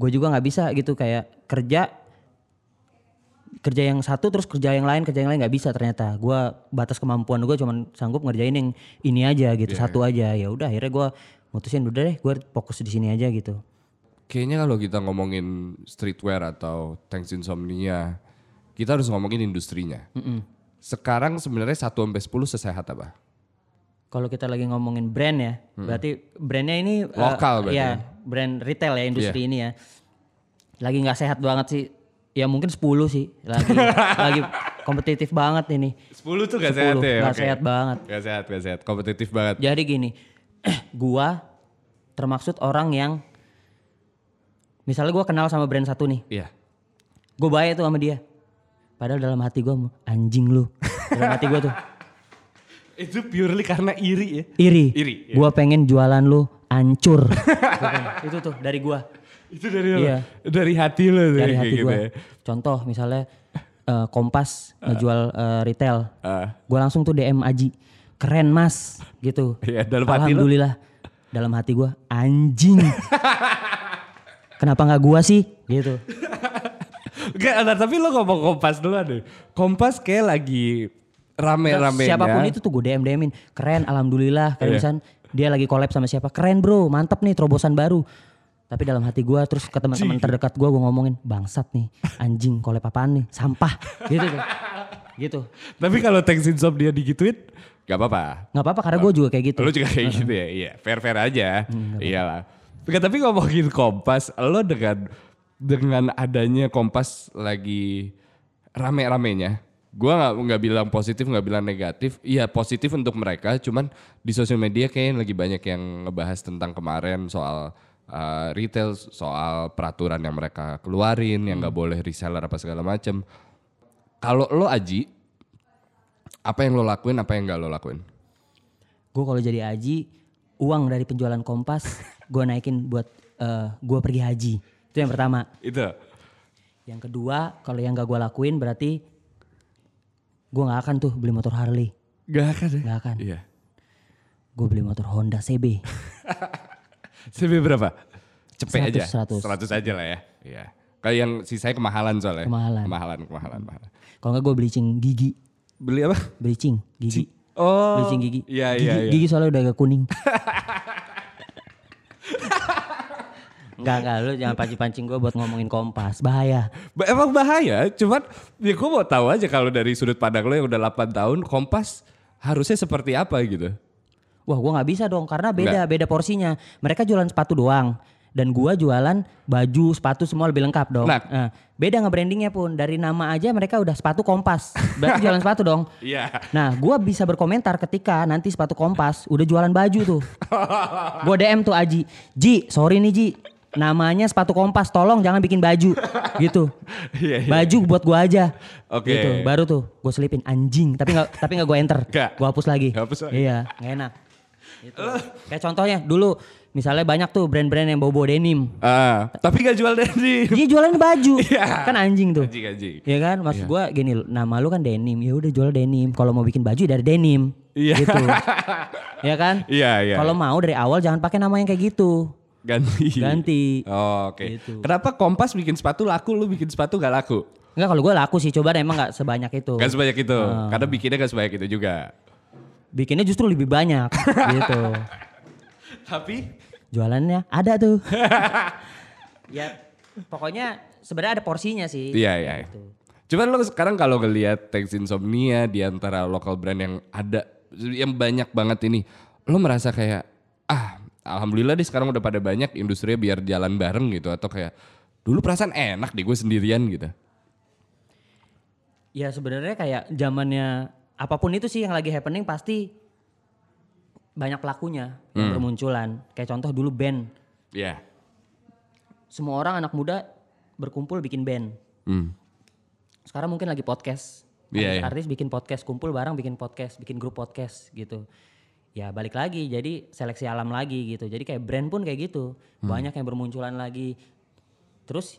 Gue juga nggak bisa gitu kayak kerja kerja yang satu terus kerja yang lain kerja yang lain nggak bisa ternyata gua batas kemampuan gue cuman sanggup ngerjain yang ini aja gitu satu aja ya udah akhirnya gua mutusin udah deh gue fokus di sini aja gitu
Kayaknya kalau kita ngomongin streetwear atau Thanks Insomnia, kita harus ngomongin industrinya. Sekarang sebenarnya 1 sampai 10 sesehat apa?
Kalau kita lagi ngomongin brand ya, berarti brandnya ini eh,
Lokal berarti
ya, brand retail ya industri ini ya. Lagi nggak sehat banget sih. Ya mungkin 10 sih. Lagi lagi kompetitif banget ini.
10 tuh
10, nggak sehat ya, banget.
Gak sehat, gak sehat. Kompetitif banget.
Jadi gini, gua termaksud orang yang misalnya gua kenal sama brand satu nih,
Iya.
gue baik tuh sama dia. Padahal dalam hati gua anjing lu. dalam hati gua tuh
Itu purely karena iri ya.
iri.
Iri,
Gua pengen jualan lu hancur. Gitu kan. Itu tuh dari gua.
Itu dari
Iya.
dari hati lo tuh
dari
kayak
hati
gitu
gue.
ya.
Contoh misalnya eh, Kompas ngejual eh, retail,
Ah.
gue langsung tuh DM Aji, keren mas, gitu.
Iya, dalam hati lu.
Alhamdulillah, dalam hati gue anjing. Kenapa nggak gua sih, gitu?
Nggak, nah, tapi lo ngomong kompas dulu deh. Kompas kayak lagi rame-rame
Nah,
ya.
Siapapun itu tuh gue DM DMin, keren, alhamdulillah. Kayak
Iya.
misalnya dia lagi collab sama siapa, keren bro, mantep nih terobosan baru. Tapi dalam hati gue terus ke teman-teman terdekat gue gue ngomongin bangsat nih anjing collab apaan nih sampah gitu tuh. gitu
Tapi kalau thanks insomnia digituin, gak apa-apa.
nggak apa-apa karena gue juga kayak gitu
Lo juga kayak gitu ya, iya fair-fair aja. Iyalah. Nggak, tapi ngomongin kompas, lo dengan dengan adanya kompas lagi rame-ramenya, gua nggak nggak bilang positif nggak bilang negatif, iya positif untuk mereka, cuman di sosial media kayaknya lagi banyak yang ngebahas tentang kemarin soal uh, retail, soal peraturan yang mereka keluarin, yang nggak boleh reseller apa segala macem. Kalau lo Aji, apa yang lo lakuin, apa yang nggak lo lakuin?
gue kalau jadi haji uang dari penjualan kompas gue naikin buat eh, gue pergi haji itu yang pertama
Itu.
yang kedua kalau yang gak gue lakuin berarti gue nggak akan tuh beli motor Harley
Gak akan ya?
Nggak akan.
Iya.
gue beli motor Honda CB
CB berapa? Cepet aja.
100.
100 aja lah ya. Iya. Kayak yang sisanya kemahalan soalnya.
Kemahalan.
Kemahalan, kemahalan, kemahalan.
kalau nggak gue beli cing gigi
Beli apa?
beli cing gigi
Oh.
beli cing gigi
Iya,
gigi,
iya, iya.
gigi soalnya udah agak kuning Gak, gak, lu jangan pancing-pancing gue buat ngomongin kompas, bahaya.
Ba- Emang bahaya, cuman ya gue mau tahu aja kalau dari sudut pandang lo yang udah 8 tahun, kompas harusnya seperti apa gitu.
Wah, gua nggak bisa dong karena beda beda porsinya. Mereka jualan sepatu doang dan gua jualan baju, sepatu semua lebih lengkap dong.
Nah.
Nah, beda nge-brandingnya pun dari nama aja mereka udah sepatu Kompas. Berarti jualan sepatu dong.
Iya.
Nah, gua bisa berkomentar ketika nanti sepatu Kompas udah jualan baju tuh. Gua DM tuh Aji, "Ji, sorry nih Ji. Namanya sepatu Kompas, tolong jangan bikin baju." Gitu.
Iya, iya.
Baju buat gua aja.
Oke.
Gitu. Baru tuh gue selipin anjing, tapi nggak tapi nggak gua enter.
Nggak.
Gua hapus lagi.
Hapus lagi.
Iya, nggak enak. Kayak contohnya dulu misalnya banyak tuh brand-brand yang bobo denim.
Ah, tapi gak jual denim.
Dia jualan baju.
Iya.
Kan anjing tuh.
Anjing Iya. anjing.
Ya kan maksud gua gini loh, nama lu kan denim. Ya udah jual denim. Kalau mau bikin baju ya dari denim.
Iya.
Gitu. ya kan?
Iya, iya.
Kalau mau dari awal jangan pakai nama yang kayak gitu.
Ganti.
Ganti.
Oh, Oke.
Gitu.
Kenapa Kompas bikin sepatu laku, lu bikin sepatu gak laku?
Enggak kalau gua laku sih coba deh, emang nggak sebanyak itu.
Gak sebanyak itu.
Ah.
Karena bikinnya gak sebanyak itu juga.
Bikinnya justru lebih banyak gitu.
Tapi
Jualannya ada tuh. ya pokoknya sebenarnya ada porsinya sih.
Iya iya.
Gitu.
Cuman lo sekarang kalau ngelihat Thanks Insomnia di antara lokal brand yang ada yang banyak banget ini, lo merasa kayak ah alhamdulillah deh sekarang udah pada banyak industrinya biar jalan bareng gitu atau kayak dulu perasaan enak deh gue sendirian gitu.
Ya sebenarnya kayak zamannya apapun itu sih yang lagi happening pasti banyak pelakunya yang bermunculan. Kayak contoh dulu band,
Iya.
semua orang anak muda berkumpul bikin band.
Hmm.
Sekarang mungkin lagi podcast.
Iya, iya.
Artis bikin podcast, kumpul bareng bikin podcast, bikin grup podcast gitu. Ya balik lagi, jadi seleksi alam lagi gitu. Jadi kayak brand pun kayak gitu.
Hmm.
Banyak yang bermunculan lagi. Terus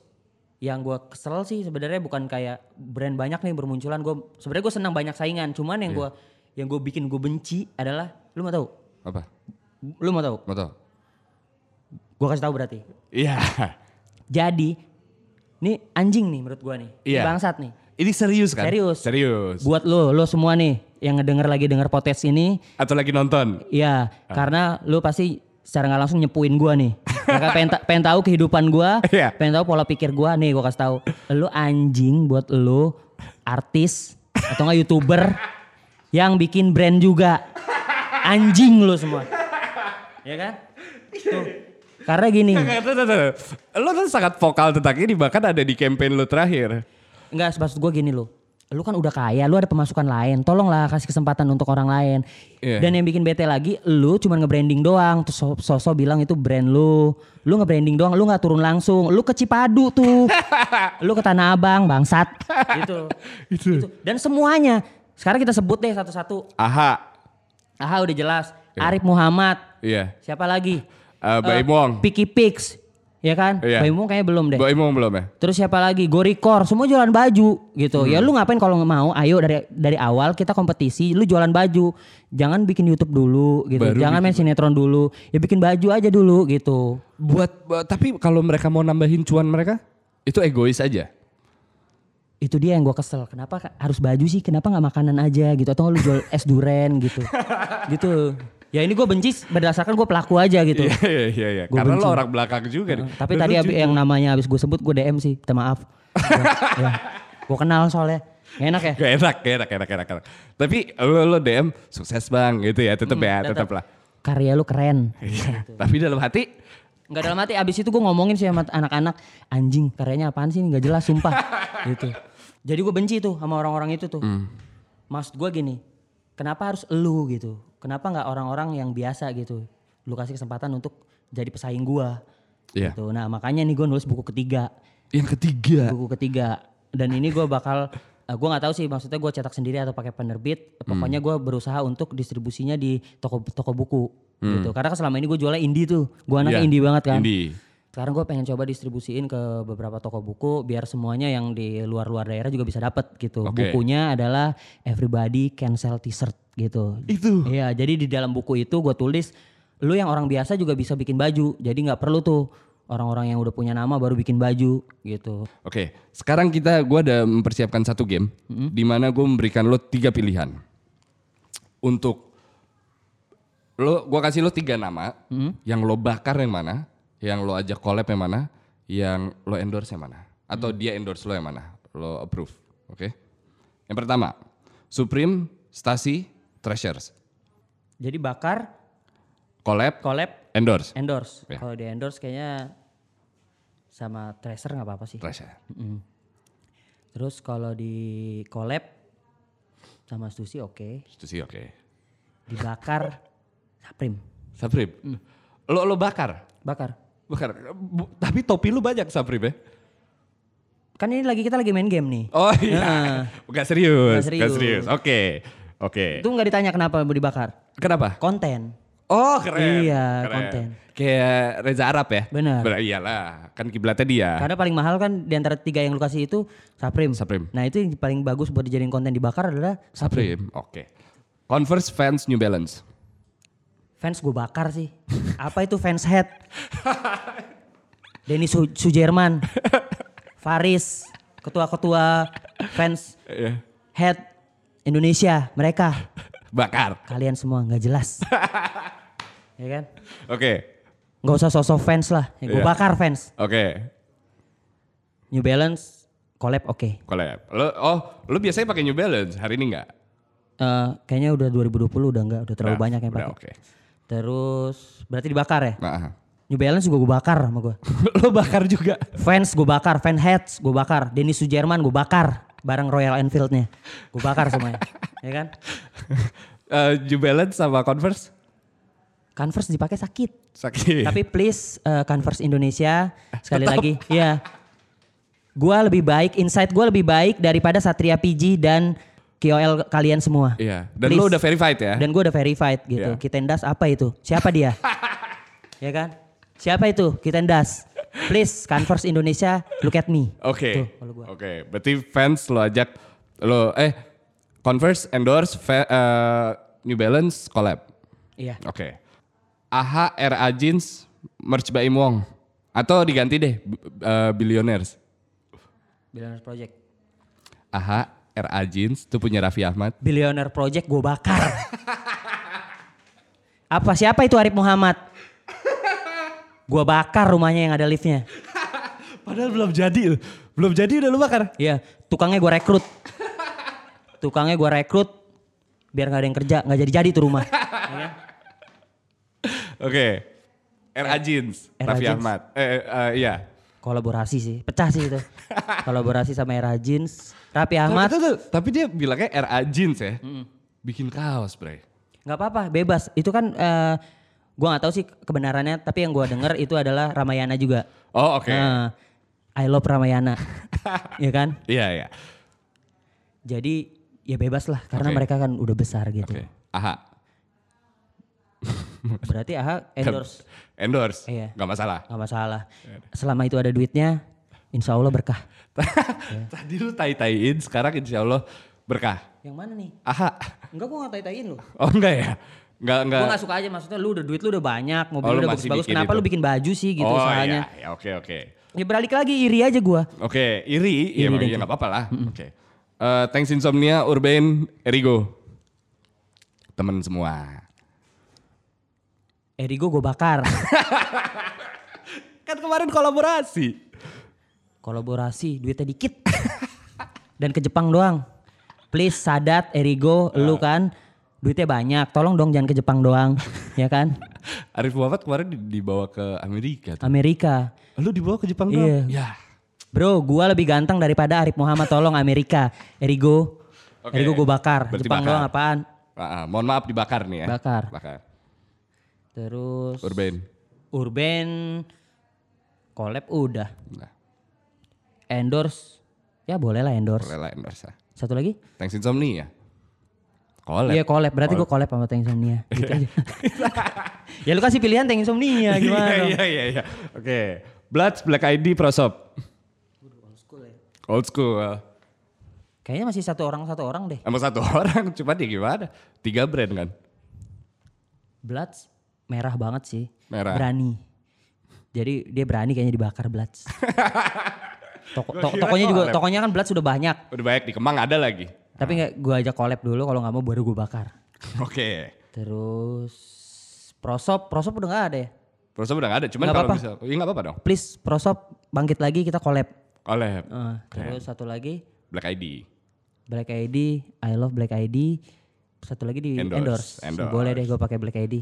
yang gue kesel sih sebenarnya bukan kayak brand banyak nih bermunculan. Gue sebenarnya gue senang banyak saingan. Cuman
Iya.
yang gua yang gue bikin gue benci adalah, lu mau tahu?
Apa?
Lu mau tahu?
Mau tau?
Gue kasih tahu berarti.
Iya.
Jadi, nih anjing nih menurut gue nih, Ini
Iya.
bangsat nih.
Ini serius kan?
Serius.
Serius.
Buat lo, lo semua nih yang ngedenger lagi denger podcast ini,
Atau lagi nonton?
ya karena lo pasti secara nggak langsung nyepuin gua nih. Ya kan, pengen, ta- pengen tahu kehidupan gua,
Iya.
pengen tahu pola pikir gua nih, gua kasih tahu. Lo anjing buat lo artis atau nggak youtuber yang bikin brand juga, anjing lo semua, ya kan? Tuh. Karena gini,
Nggak, tuh, tuh, tuh. Lo tuh sangat vokal tentang ini bahkan ada di campaign lo terakhir.
Enggak, maksud gue gini loh. Lu kan udah kaya, lu ada pemasukan lain. Tolonglah kasih kesempatan untuk orang lain.
Iya.
Dan yang bikin bete lagi, lu cuman nge-branding doang. Terus so- sosok bilang itu brand lu. Lu nge-branding doang, lu nggak turun langsung. Lu ke Cipadu tuh. lu ke Tanah Abang, bangsat. gitu. Gitu. Dan semuanya. Sekarang kita sebut deh satu-satu.
Aha.
Aha udah jelas. Arif Muhammad.
Iya.
Siapa lagi?
Eh, Baim
Eh,
Wong.
Piki Pix. Ya kan?
Iya.
Baim Wong kayaknya belum deh.
Baim Wong belum ya?
Terus siapa lagi? Gorikor, semua jualan baju gitu. Ya
Hmm.
lu ngapain kalau nggak mau? Ayo dari dari awal kita kompetisi, lu jualan baju. Jangan bikin YouTube dulu gitu.
Baru
Jangan main sinetron dulu. Ya bikin baju aja dulu gitu.
buat bu- tapi kalau mereka mau nambahin cuan mereka itu egois aja
Itu dia yang gua kesel. Kenapa ka- harus baju sih? Kenapa nggak makanan aja gitu atau lu jual es duren gitu. gitu. Ya ini gue benci berdasarkan gue pelaku aja gitu.
iya iya iya iya.
Gua
karena
benci.
lo orang belakang juga nih.
Tapi
Lu-
tadi
lu
abi-
ju-
yang namanya habis gue sebut gue DM sih, minta maaf. ya. Gue kenal soalnya. Nggak enak ya?
gak enak gak enak gak enak gak enak, gak enak. tapi lo lo DM sukses bang gitu ya tetep ya tetep lah
Karya lu keren.
iya tapi dalam hati
Enggak dalam hati abis itu gue ngomongin sih sama anak-anak anjing karyanya apaan sih nggak jelas sumpah gitu. Jadi gue benci tuh sama orang-orang itu tuh. Maksud gue gini, kenapa harus elu gitu? Kenapa nggak orang-orang yang biasa gitu? Lu kasih kesempatan untuk jadi pesaing gua.
Iya.
Gitu. Nah makanya nih gue nulis buku ketiga,
yang ketiga
buku ketiga. Dan ini gue bakal, eh, gua nggak tahu sih maksudnya gue cetak sendiri atau pakai penerbit. Pokoknya gua berusaha untuk distribusinya di toko-toko buku. Gitu. Karena selama ini gue jualnya indie tuh, gue anaknya
Iya,
indie banget kan.
Indi
Sekarang gue pengen coba distribusiin ke beberapa toko buku biar semuanya yang di luar-luar daerah juga bisa dapat gitu.
Oke.
Bukunya adalah Everybody Cancel T-shirt gitu.
Itu?
Iya, jadi di dalam buku itu gue tulis lu yang orang biasa juga bisa bikin baju. Jadi nggak perlu tuh orang-orang yang udah punya nama baru bikin baju gitu.
Oke, sekarang kita gua ada mempersiapkan satu game di mana gue memberikan lo tiga pilihan untuk lo gua kasih lo tiga nama yang lo bakar yang mana, yang lo ajak collab yang mana, yang lo endorse yang mana, atau dia endorse lo yang mana, lo approve, oke? Yang pertama, Supreme, Stasi, Treasures,
Jadi bakar,
collab,
collab,
endorse,
endorse.
Iya.
Kalau di endorse kayaknya sama tracer nggak apa-apa sih.
Treasure.
Terus kalau di collab sama Stussy oke.
Itu sih oke.
dibakar Saprim
Supreme, lo lo bakar,
bakar
Mm. bakar. Bu- tapi topi lo banyak Supreme ya?
kan ini lagi kita lagi main game nih
Oh iya. Gak serius.
Nggak
Gak
serius.
serius. Oke. Oke.
itu nggak ditanya kenapa mau dibakar
Kenapa?
konten
Oh keren.
Iya,
keren.
konten.
Kayak Reza Arab ya?
Benar.
Benar, iyalah. Kan kiblatnya dia.
Karena paling mahal kan di antara tiga yang lu kasih itu Saprim.
Saprim.
Nah itu yang paling bagus buat dijadiin konten dibakar adalah Saprim.
Supreme. Oke. Converse Vans New Balance.
Fans gue bakar sih. Apa itu fans head? Denny Su Sujerman. Faris. Ketua-ketua fans head Indonesia. Mereka.
Bakar.
Kalian semua nggak jelas. ya kan?
Oke.
Nggak usah sosok fans lah. gue
Iya.
bakar fans.
Oke.
New Balance. Collab oke.
Collab. Lo, oh, lo biasanya pakai New Balance. Hari ini enggak?
Eh, kayaknya udah 2020 udah nggak udah terlalu
Udah,
banyak yang
Nah, udah,
pakai.
Oke.
Terus berarti dibakar ya?
Nah,
New Balance juga gue bakar sama gue.
lo bakar juga.
Fans gue bakar, fan heads gue bakar, Denny Sujerman gue bakar, bareng Royal Enfield-nya. Gue bakar semuanya. ya kan?
Eh, New Balance sama Converse
Converse dipakai sakit.
sakit.
Tapi please eh, Converse Indonesia
Eh,
sekali lagi, ya. Gua lebih baik, insight gue lebih baik daripada Satria PG dan KOL kalian semua.
Iya. Dan
Please.
lo udah verified ya?
Dan gue udah verified gitu.
Iya.
Kitendas apa itu? Siapa dia? ya kan? Siapa itu? Kitendas. Please, Converse Indonesia, look at me. Tuh,
Oke.
kalau gua.
Oke. Berarti fans lo ajak lo eh Converse endorse fa- eh, New Balance collab.
Iya.
Oke. AHA RA Jeans merch by Im Wong atau diganti deh b- eh, Billionaires.
Billionaire Project.
AHA RA Jeans itu punya Raffi Ahmad.
Billionaire Project gue bakar. Apa siapa itu Arif Muhammad? Gua bakar rumahnya yang ada liftnya.
Padahal belum jadi, belum jadi udah lu bakar.
Iya, tukangnya gue rekrut. Tukangnya gue rekrut biar nggak ada yang kerja, nggak jadi-jadi tuh rumah.
Oke. RA Jeans,
RA
Raffi
Jeans.
Ahmad. Eh, eh, eh, iya.
Kolaborasi sih, pecah sih itu. Kolaborasi sama Era Jeans, Raffi Ahmad,
Tapi, tuh, tapi dia bilangnya RA Jeans ya. Bikin kaos, Bray.
nggak apa-apa, bebas. Itu kan eh, gua nggak tahu sih kebenarannya, tapi yang gua denger itu adalah Ramayana juga.
Oh, oke.
Nah, I love Ramayana, ya kan?
Iya, iya.
Jadi ya bebas lah, karena
Oke.
mereka kan udah besar gitu.
Oke. AHA
Berarti Aha endorse,
endorse.
Iya.
Gak masalah.
nggak masalah.
Iya.
Selama itu ada duitnya, insya Allah berkah. Iya.
Tadi lu tai-taiin, sekarang insya Allah berkah.
Yang mana nih?
AHA.
Enggak gua nggak tai-taiin lu.
Oh enggak ya? Enggak, enggak.
Gue gak suka aja maksudnya lu udah duit lu udah banyak, mobil
Oh,
lu
lu
udah
masih
bagus-bagus,
bikin
kenapa
itu.
lu bikin baju sih gitu
oh,
usahanya.
iya, iya, oke, oke.
Ya beralik lagi iri aja gua.
Oke, iri, ya
Iri
emang
dan
ya nggak apa-apa lah. Oke. Eh, thanks Insomnia, Urban, Erigo. Temen semua.
Erigo gua bakar.
Kan kemarin kolaborasi.
Kolaborasi duitnya dikit. Dan ke Jepang doang. Please Sadat, Erigo,
Ah.
lu kan duitnya banyak. Tolong dong jangan ke Jepang doang. ya kan?
Arif Wafat kemarin di- dibawa ke Amerika. Tuh.
Amerika.
Lu dibawa ke Jepang
Iya.
doang? Ya.
Bro, gua lebih ganteng daripada Arif Muhammad. Tolong Amerika. Erigo.
Oke.
Erigo gua bakar.
Berarti
Jepang
bakar.
doang apaan?
Ah, ah, mohon maaf dibakar nih ya.
Bakar.
Bakar.
Terus
Urban.
Urban collab udah.
Nah,
endorse ya boleh lah endorse
rela endorse lah.
satu lagi
Thanks Insomnia. Collab.
iya collab berarti gue collab sama Tank Insomnia gitu aja ya lu kasih pilihan Tank Insomnia gimana
Iya,
dong?
iya, iya, iya. Oke. Bloods, Black ID, Prosop. Old school. ya.
kayaknya masih satu orang satu orang deh
Emang satu orang, cuma dia gimana? Tiga brand kan?
Bloods merah banget sih
Merah.
berani jadi dia berani kayaknya dibakar Bloods Toko, to- tokonya juga
collab. Nah.
tokonya kan Bloods sudah banyak
Udah banyak di Kemang ada lagi.
tapi nggak gue ajak collab dulu kalau nggak mau baru gue bakar
Oke.
terus prosop prosop udah nggak ada ya
Prosop udah gak ada, cuman
Nggak
kalau
apa-apa.
bisa. Iya gak apa-apa dong.
please prosop bangkit lagi kita collab
Collab.
Eh, terus satu lagi
Black ID.
Black ID, I love Black ID. Satu lagi di
Endorse,
endorse.
endorse.
Boleh deh gue pakai Black ID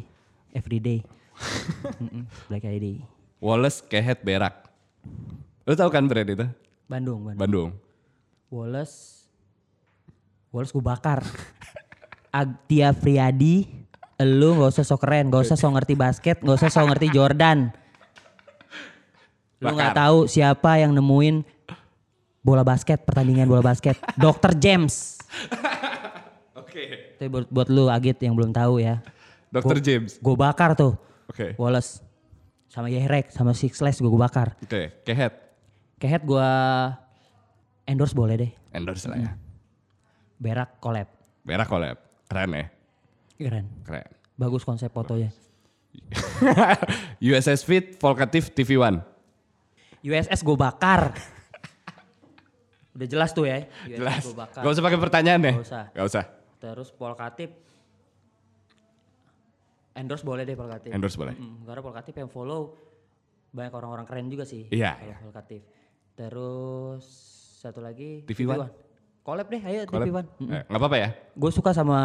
everyday. Mm-mm, Black ID.
Wallace Kehet Berak. Lu tau kan brand itu?
Bandung, Bandung.
Bandung.
Wallace Wallace gue bakar. Agtia Friadi, lu gak usah sok keren, gak usah sok ngerti basket, gak usah sok ngerti Jordan. Lu nggak
Bakar.
tahu siapa yang nemuin bola basket, pertandingan bola basket. Dr. James.
Oke.
Itu buat, buat lu Agit yang belum tahu ya.
Dr. James.
Gue bakar tuh.
Oke.
Wallace. Sama Yerek, sama Sixless gue bakar.
Oke, kehet.
Kehet gue endorse boleh deh.
Endorse lah ya.
Berak collab.
Berak collab. Keren ya.
Keren.
Keren.
Bagus konsep fotonya.
USS Fit, Volkatif, TV1.
USS gue bakar. Udah jelas tuh ya. USS
Jelas.
Gua bakar.
Gak usah pakai pertanyaan deh.
Gak usah.
Gak usah.
Terus Polkatip. Endorse boleh deh Polkatip.
Endorse boleh.
Mm, karena Polkatip yang follow banyak orang-orang keren juga sih.
Iya,
kalau
iya.
Polkatip. Terus satu lagi
TV One.
Collab deh, ayo
Collab.
TV One.
Eh, gak apa-apa ya.
Gue suka sama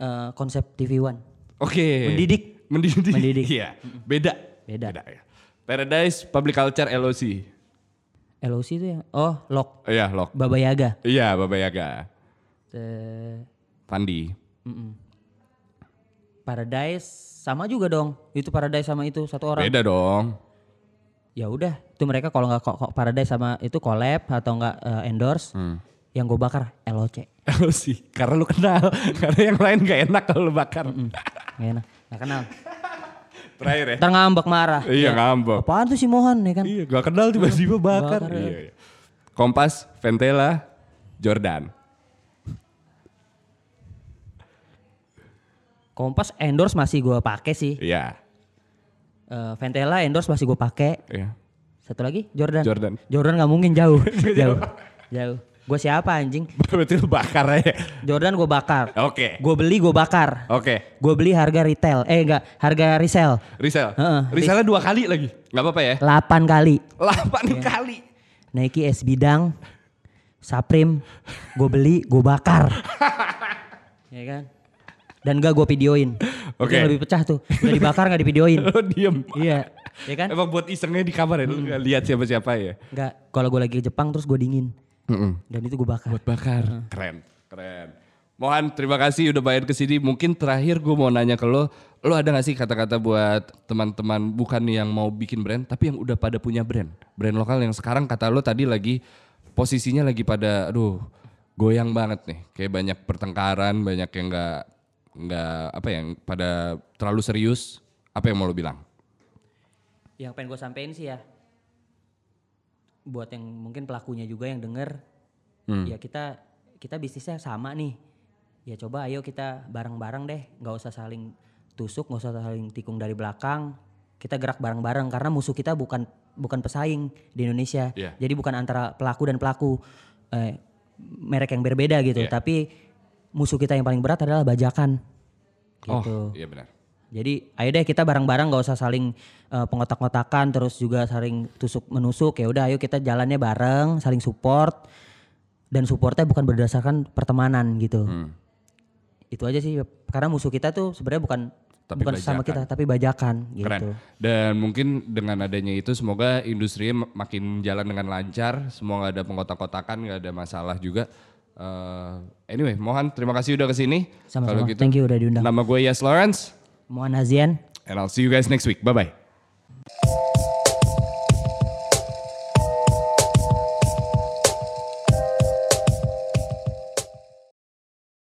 eh, konsep TV One.
Oke.
Mendidik.
Mendidik.
Mendidik.
Iya. Beda.
Beda.
ya. Paradise Public Culture LOC.
LOC itu yang oh Lok
Iya, Lok.
Baba Yaga.
Iya, Baba Yaga.
Te-
Pandi.
Paradise sama juga dong. Itu Paradise sama itu satu orang.
Beda dong.
ya udah itu mereka kalau nggak kok kok paradise sama itu collab atau nggak eh, endorse
Hmm.
yang gue bakar LOC
LOC. Karena lu kenal. Karena yang lain gak enak kalau lu bakar.
nggak enak nggak kenal
Terakhir ya.
ntar ngambek marah Ya.
Iya, ngambek.
apaan tuh si Mohan ya kan
Iya, gak kenal tiba-tiba bakar.
Bakar,
Iya, iya. Kompas, Ventela, Jordan.
Kompas endorse masih gue pakai sih
Iya.
Eh, Ventela endorse masih gue pakai
Iya.
satu lagi Jordan
Jordan.
Jordan nggak mungkin jauh jauh jauh gue siapa anjing
Berarti lu bakar aja.
Jordan gue bakar
Oke.
gue beli gue bakar
Oke.
gue beli harga retail eh enggak harga resell
Rizal.
Heeh.
Rizalnya dua kali lagi. Gak apa-apa ya.
8 kali
Delapan
Iya.
kali.
Nike S Bidang, Saprim, gue beli, gue bakar. ya kan? Dan gak gue videoin. Itu
Oke.
yang lebih pecah tuh. Udah dibakar gak divideoin.
Lu diem.
iya. Ya kan?
Emang buat isengnya di kamar ya. Lu gak lihat siapa-siapa ya.
Gak. Kalau gue lagi ke Jepang terus gue dingin. Dan itu gue bakar.
Buat bakar. Keren. Keren. Mohan, terima kasih udah bayar ke sini. Mungkin terakhir gue mau nanya ke lo, lo ada gak sih kata-kata buat teman-teman bukan yang mau bikin brand, tapi yang udah pada punya brand, brand lokal yang sekarang kata lo tadi lagi posisinya lagi pada, aduh, goyang banget nih, kayak banyak pertengkaran, banyak yang nggak nggak apa ya, yang pada terlalu serius. Apa yang mau lo bilang?
Yang pengen gue sampein sih ya. Buat yang mungkin pelakunya juga yang denger.
Hmm.
Ya kita kita bisnisnya sama nih. Ya coba ayo kita bareng-bareng deh. Gak usah saling tusuk, gak usah saling tikung dari belakang. Kita gerak bareng-bareng karena musuh kita bukan bukan pesaing di Indonesia.
Iya.
Jadi bukan antara pelaku dan pelaku eh, merek yang berbeda
Iya.
gitu. Tapi musuh kita yang paling berat adalah bajakan. Gitu.
Oh, iya benar.
Jadi ayo deh kita bareng-bareng gak usah saling eh, pengotak-ngotakan terus juga saling tusuk menusuk ya udah ayo kita jalannya bareng saling support dan supportnya bukan berdasarkan pertemanan gitu.
Hmm.
Itu aja sih karena musuh kita tuh sebenarnya bukan
Tapi
bukan sama
bajakan.
kita tapi bajakan gitu.
Keren. Dan mungkin dengan adanya itu semoga industrinya mak- makin jalan dengan lancar, semua nggak ada pengkotak-kotakan, nggak ada masalah juga. Eh, anyway, Mohan terima kasih udah kesini.
Sama-sama.
gitu,
Thank you udah diundang.
Nama gue Yes Lawrence,
Mohon Hazian.
and I'll see you guys next week. Bye bye.